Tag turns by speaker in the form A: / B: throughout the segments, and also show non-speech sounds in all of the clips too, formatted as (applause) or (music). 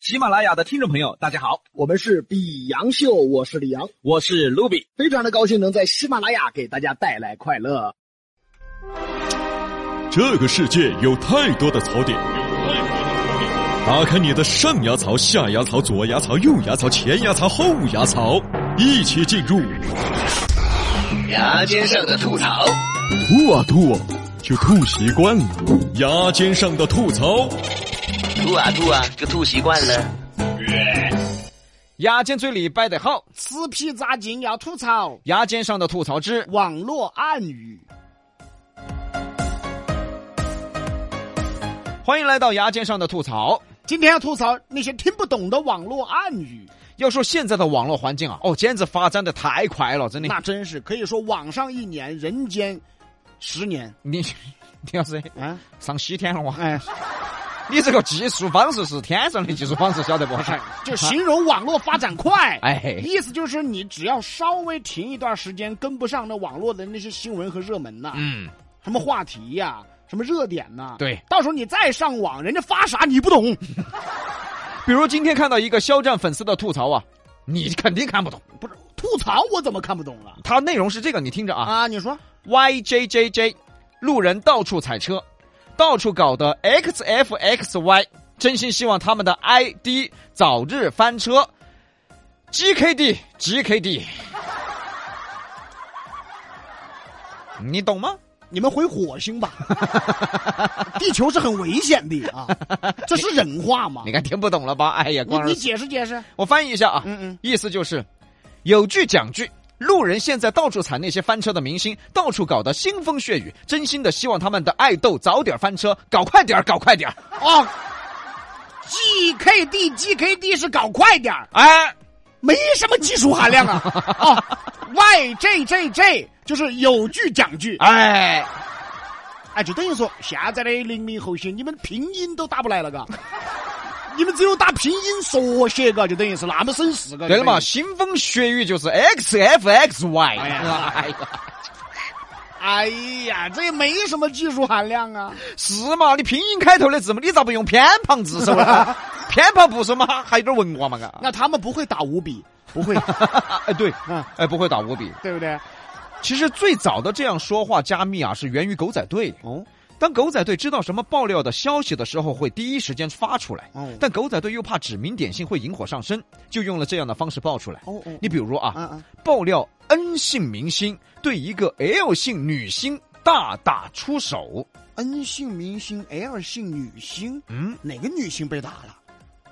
A: 喜马拉雅的听众朋友，大家好，
B: 我们是比杨秀，我是李阳，
A: 我是卢比。
B: 非常的高兴能在喜马拉雅给大家带来快乐。
C: 这个世界有太多的槽点，打开你的上牙槽、下牙槽、左牙槽、右牙槽、前牙槽、后牙槽，一起进入
D: 牙尖上的吐槽，
C: 吐啊吐啊，就吐习惯了。牙尖上的吐槽，
D: 吐啊吐啊，就吐习惯了。
E: 牙尖嘴里掰得好，
B: 吃皮扎筋要吐槽
E: 牙尖上的吐槽之
B: 网络暗语，
E: 欢迎来到牙尖上的吐槽。
B: 今天要吐槽那些听不懂的网络暗语，
E: 要说现在的网络环境啊，哦，简直发展的太快了，真的。
B: 那真是可以说网上一年，人间十年
E: 你 (laughs) 你要是
B: 啊！
E: 上西天了哇！
B: 哎，
E: 你这个技术方式是天上的技术方式，晓得不？
B: 就形容网络发展快。
E: 哎，
B: 意思就是你只要稍微停一段时间，跟不上那网络的那些新闻和热门呐、
E: 嗯，
B: 什么话题呀、什么热点呐、
E: 对
B: 到时候你再上网，人家发啥你不懂。
E: 比如今天看到一个肖战粉丝的吐槽啊，你肯定看不懂。
B: 不是吐槽我怎么看不懂了
E: 它内容是这个，你听着啊
B: 啊？你说
E: ，YJJJ，路人到处踩车，到处搞的 XFXY，真心希望他们的 ID 早日翻车。GKD GKD，你懂吗？
B: 你们回火星吧， (laughs) 地球是很危险的啊，这是人话吗
E: 你？看听不懂了吧？哎呀，
B: 你
E: 光
B: 你
E: 儿，
B: 解释解释，
E: 我翻译一下啊，
B: 嗯嗯，
E: 意思就是有句讲句。路人现在到处踩那些翻车的明星，到处搞得腥风血雨，真心的希望他们的爱豆早点翻车，搞快点儿，搞快点儿。
B: 哦，GKD GKD 是搞快点儿，
E: 哎，
B: 没什么技术含
E: (laughs)
B: 量啊。哦，YJJJ 就是有句讲句，
E: 哎，
B: 哎，就等于说现在的零零后些，你们拼音都打不来了，嘎。你们只有打拼音缩写，嘎，就等于是那么省事，嘎。
E: 对了嘛，
B: 就等于是
E: 腥风血雨就是 X F X Y。
B: 哎
E: 哎
B: 呀
E: 呀，
B: 哎呀，这也没什么技术含量啊！
E: 是嘛？你拼音开头的字母，你咋不用偏旁字首
B: (laughs)
E: 呢？偏旁部首嘛，还有点文化嘛，嘎。
B: 那他们不会打
E: (laughs)
B: 五笔，不会，
E: 哎，对，
B: 嗯
E: 哎，不会打五笔。
B: 对不对？
E: 其实最早的这样说话加密啊，是源于狗仔队。
B: 哦，
E: 当狗仔队知道什么爆料的消息的时候，会第一时间发出来。
B: 哦
E: 但狗仔队又怕指名点姓会引火上身，就用了这样的方式爆出来。
B: 哦哦
E: 你比如啊，
B: 啊啊！
E: 爆料 N 姓明星对一个 L 姓女星大打出手。
B: n 姓明星，L 姓女星，
E: 嗯，
B: 哪个女星被打了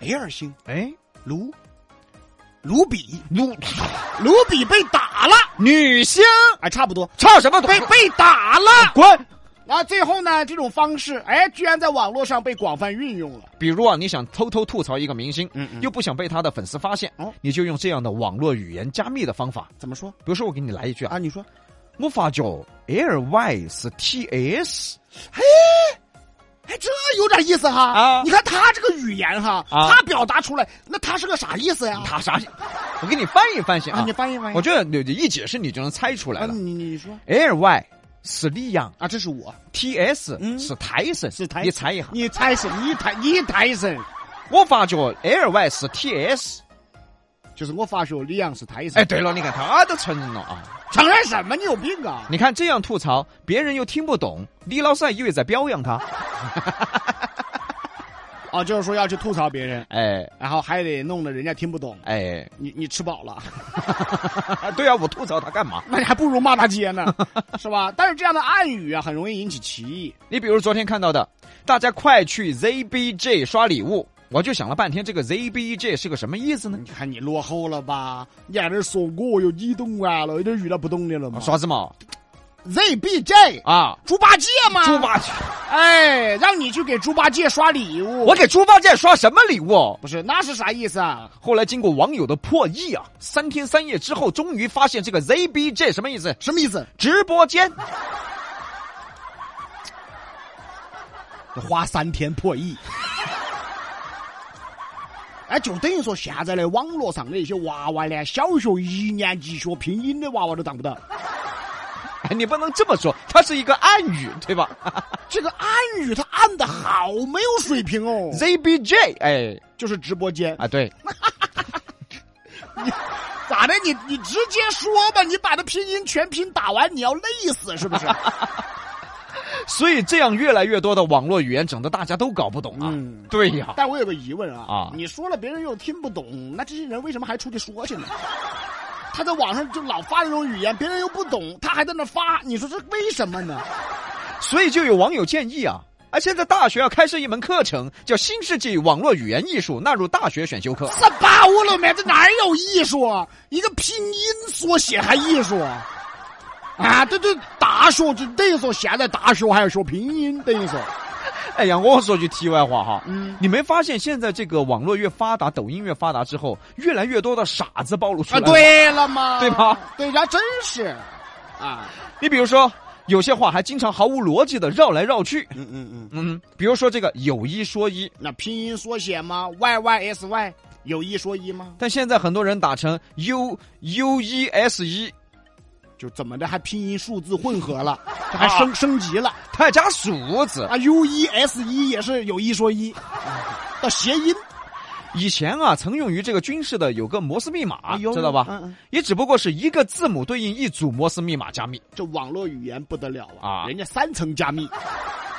B: ？L 姓
E: 哎，
B: 卢卢比，
E: 女
B: (laughs) 卢比被打了，
E: 女星
B: 哎，差不多
E: 唱什么东
B: 被
E: 西？
B: 被打了。
E: 滚！
B: 然后最后呢，这种方式，哎，居然在网络上被广泛运用了。
E: 比如啊，你想偷偷吐槽一个明星，
B: 嗯嗯
E: 又不想被他的粉丝发现，
B: 哦
E: 你就用这样的网络语言加密的方法。
B: 怎么说
E: 比如说，我给你来一句啊，
B: 啊？你说
E: 我发觉 L Y 是 T S，
B: 哎，这有点意思哈。
E: 啊
B: 你看他这个语言哈，
E: 啊
B: 他表达出来，那他是个啥意思呀？
E: 他啥？我给你翻译翻译
B: 啊，
E: 啊
B: 你，翻译翻译。
E: 我觉得你你一解释你就能猜出来
B: 啊，
E: 了。
B: 你你说
E: L Y 是李阳
B: 啊，这是我，
E: ，T S
B: 嗯
E: 是泰森，
B: 是泰
E: 你猜一下。
B: 你泰森，你泰你泰森，
E: 我发觉 L Y 是 T S。
B: 就是我发觉李阳是泰森。
E: 哎，，对了，你看他都承认了啊。
B: 承认什么？你有病啊！
E: 你看这样吐槽，别人又听不懂，李老师还以为在表扬他。
B: 啊，就是说要去吐槽别人，
E: 哎
B: 然后还得弄得人家听不懂。
E: 哎， (laughs)
B: 你你吃饱了，
E: 对啊，我吐槽他干嘛？
B: 那你还不如骂大
E: (laughs)
B: 街呢，是吧？但是这样的暗语啊，很容易引起歧义。
E: 你比如昨天看到的，大家快去 ZBJ 刷礼物，我就想了半天，这个 ZBJ 是个什么意思呢？
B: 你看你落后了吧？你还在这说我有你懂完了，有点遇到不懂的了嘛？
E: 啥子嘛？
B: ZBJ
E: 啊，
B: 猪八戒嘛？
E: 猪八戒，
B: 哎，让你去给猪八戒刷礼物，
E: 我给猪八戒刷什么礼物？
B: 不是那是啥意思啊？
E: 后来经过网友的破译啊，三天三夜之后，终于发现这个 ZBJ 什么意思？
B: 什么意思？
E: 直播间。
B: 花三天破 (laughs) 译。哎，就等于说现在的网络上的一些娃娃连小学一年级学拼音的娃娃都当不到。
E: 哎你不能这么说，它是一个暗语，对吧
B: 这个暗语它按的好没有水平哦。
E: ？ZBJ，哎，
B: 就是直播间。
E: 啊，对，
B: 咋的？你你直接说吧，你把那拼音全拼打完，你要累死是 (laughs) 不是？
E: 所以这样越来越多的网络语言，整得大家都搞不懂啊。
B: 嗯
E: 对呀、
B: 但我有个疑问啊，
E: 啊
B: 你说了别人又听不懂，那这些人为什么还出去说去呢？他在网上就老发那种语言，别人又不懂，他还在那发，你说这为什么呢？
E: 所以就有网友建议啊，啊，现在大学要开设一门课程，叫《新世纪网络语言艺术》，纳入大学选修课。
B: 这八乌了没？这哪儿有艺术？啊？一个拼音缩写还艺术？啊，啊这这大学就等于说现在大学还要学拼音，等于说，
E: 哎呀，我说句题外话哈，
B: 嗯
E: 你没发现现在这个网络越发达，抖音越发达之后，越来越多的傻子暴露出
B: 啊，
E: 来了？
B: 对了嘛，
E: 对吧？
B: 对，然后真是，啊，
E: 你比如说，有些话还经常毫无逻辑的绕来绕去。
B: 嗯嗯嗯，
E: 嗯，比如说这个有一说一，
B: 那拼音缩写吗？Y Y S Y 有一说一吗？
E: 但现在很多人打成 u u e s e，
B: 就怎么的还拼音数字混合了，这还升、升级了
E: 它还加数字。
B: 啊！U 一 S 一也是有一说 (laughs) 一，啊到谐音
E: 以前啊，曾用于这个军事的有个摩斯密码，
B: 哎呦
E: 知道吧？
B: 嗯嗯
E: 也只不过是一个字母对应一组摩斯密码加密。
B: 这网络语言不得了啊！
E: 啊
B: 人家三层加密，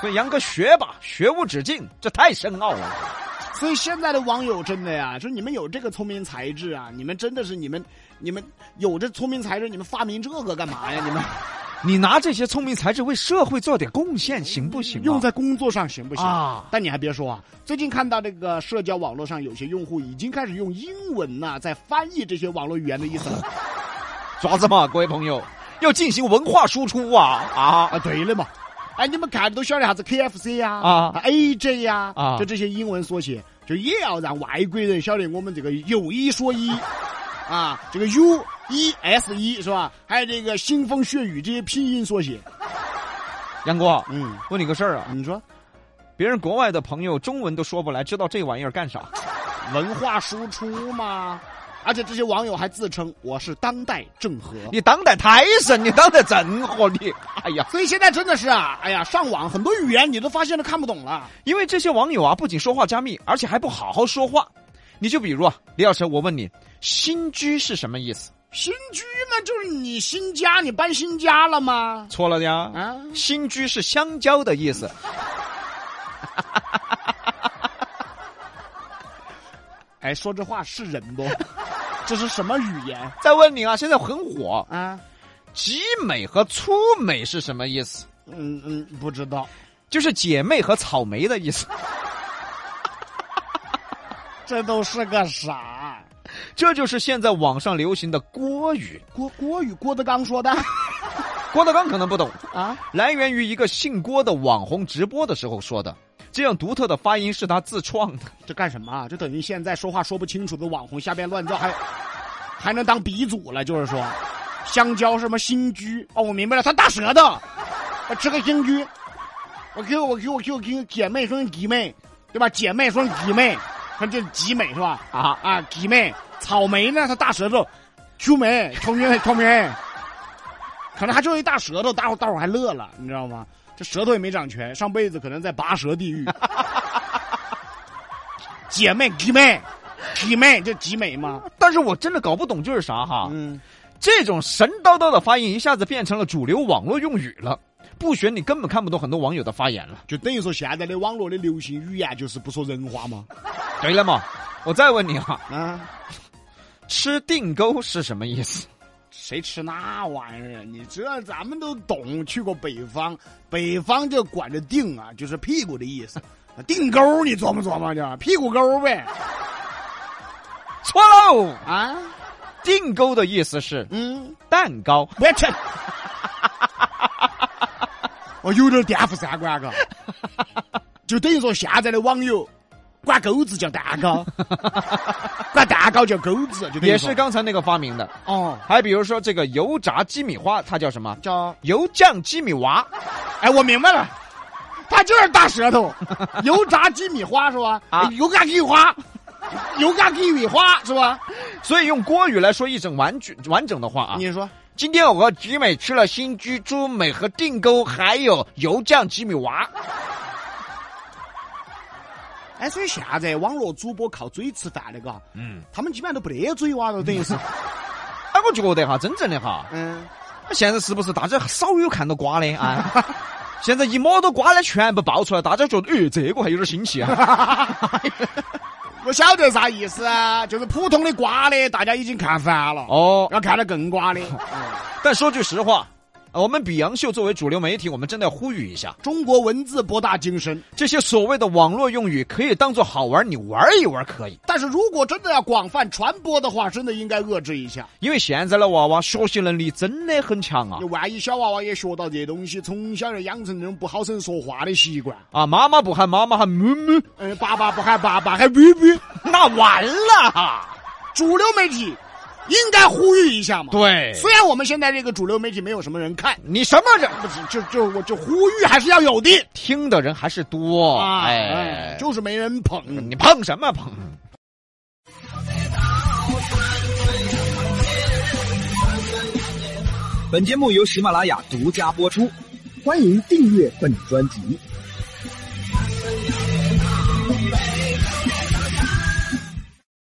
E: 所以杨哥学吧，学无止境，这太深奥了。
B: 所以现在的网友真的呀，说你们有这个聪明才智啊，你们真的是你们，你们有这聪明才智，你们发明这个干嘛呀？你
E: (laughs)
B: 们
E: 你拿这些聪明才智为社会做点贡献，行不行、啊？
B: 用在工作上行不行
E: 啊
B: 但你还别说啊，最近看到这个社交网络上有些用户已经开始用英文呐、在翻译这些网络语言的意思了。
E: 爪子嘛，各位朋友，要进行文化输出啊啊！
B: 啊，对了嘛。哎，你们看的都晓得啥子 KFC 呀、
E: 啊
B: AJ 呀、
E: 啊
B: 哎就这些英文缩写，就也要让外国人晓得我们这个有一说一， (laughs) 啊，这个 U 一 S 一是吧？还有这个腥风血雨这些拼音缩写，
E: 杨哥，
B: 嗯，
E: 问你个事儿啊，
B: 你说
E: 别人国外的朋友中文都说不来，知道这玩意儿干啥？
B: 文化输出嘛？而且这些网友还自称我是当代郑和，
E: 你当代台神，你当代郑和，你哎呀！
B: 所以现在真的是啊，哎呀，上网很多语言你都发现都看不懂了。
E: 因为这些网友啊，不仅说话加密，而且还不好好说话。你就比如啊，李老师，我问你，新居是什么意思？
B: 新居嘛，就是你新家，你搬新家了吗？
E: 错了呀，
B: 啊。
E: 新居是香蕉的意思。
B: 哎，说这话是人 (laughs) 不？这是什么语言
E: 再问你啊，现在很火，
B: 啊？
E: 集美和粗美是什么意思？
B: 嗯嗯，不知道，
E: 就是姐妹和草莓的意思。 (laughs)
B: 这都是个啥？
E: 这就是现在网上流行的郭语。
B: 郭郭宇郭德纲说的
E: 郭德纲可能不懂，
B: (laughs) 啊？
E: 来源于一个姓郭的网红直播的时候说的。这样独特的发音是他自创的。
B: 这干什么啊？这等于现在说话说不清楚的网红瞎编乱造，还还能当鼻祖了？就是说，香蕉什么新居哦，我明白了，他大舌头，我吃个新居，我给我我给我给我给我姐妹说姐妹，对吧？姐妹说姐妹，他这集美是吧？
E: 啊
B: 啊，姐妹，草莓呢？它大舌头，秋梅，秋梅，秋梅，可能还就一大舌头，大伙大伙还乐了，你知道吗？这舌头也没长全，上辈子可能在拔舌地狱。姐妹，姐妹，姐妹，这集美吗？
E: 但是我真的搞不懂这是啥哈。
B: 嗯，
E: 这种神叨叨的发音一下子变成了主流网络用语了，不学你根本看不懂很多网友的发言了。
B: 就等于说现在的网络的流行语言就是不说人话嘛。
E: 对了嘛，我再问你啊，
B: 啊，
E: 吃定沟是什么意思？
B: 谁吃那玩意儿？你这咱们都懂，去过北方，北方就管着腚啊，就是屁股的意思。腚沟，你琢磨琢磨就屁股沟呗。
E: 错喽，
B: 啊，
E: 定沟的意思是
B: 嗯，
E: 蛋糕。(laughs)
B: 不要吃。我有点颠覆三观嘎，就等于说现在的网友管钩子叫蛋
E: (laughs)
B: 糕，管蛋糕叫钩子，就等于
E: 也
B: 说
E: 是刚才那个发明的。
B: 哦，
E: 还比如说这个油炸鸡米花，它叫什么？
B: 叫
E: 油酱鸡米娃。
B: 哎，我明白了，他就是大
E: (laughs)
B: 舌头，油炸鸡米花是吧？哎
E: 啊
B: 油炸鸡米
E: (laughs)
B: 花，油炸鸡米花是吧？
E: 所以用国语来说一整完句完整的话啊，
B: 你说
E: 今天我和集美吃了新居、猪美和定沟，还有油酱鸡米娃。
B: 哎，所以现在网络主播靠嘴吃饭的，嘎，
C: 嗯，
B: 他们基本上都不得嘴哇，了，等于是，
E: 哎，我觉得哈，真正的哈，
B: 嗯，
E: 现在是不是大家少有看到瓜的啊？ (laughs) 现在一摸到瓜呢，全部爆出来，大家觉得，哎，这个还有点新奇啊！ (laughs)
B: (laughs) 我晓得啥意思啊，就是普通的瓜的，大家已经看烦了，
E: 哦，
B: 要看得更瓜的。
E: (laughs) 但说句实话，呃我们比洋秀作为主流媒体，我们真的要呼吁一下，
B: 中国文字博大精深，
E: 这些所谓的网络用语可以当做好玩，你玩一玩可以。
B: 但是如果真的要广泛传播的话，真的应该遏制一下。
E: 因为现在的娃娃学习能力真的很强啊
B: 你！万一小娃娃也学到这些东西，从小就养成那种不好生说话的
E: (laughs)
B: 习惯，
E: 啊，妈妈不喊妈妈喊母母，
B: 嗯，爸爸不喊爸爸，喊 bb。
E: (laughs) 那完了哈！
B: 主流媒体应该呼吁一下嘛。，
E: 对
B: 虽然我们现在这个主流媒体没有什么人看，
E: 你什么人
B: 不是就就我就呼吁还是要有的
E: 听的人还是多，
B: 啊，
E: 哎，
B: 就是没人捧。
E: 你碰什么碰？
A: 本节目由喜马拉雅独家播出，欢迎订阅本专辑。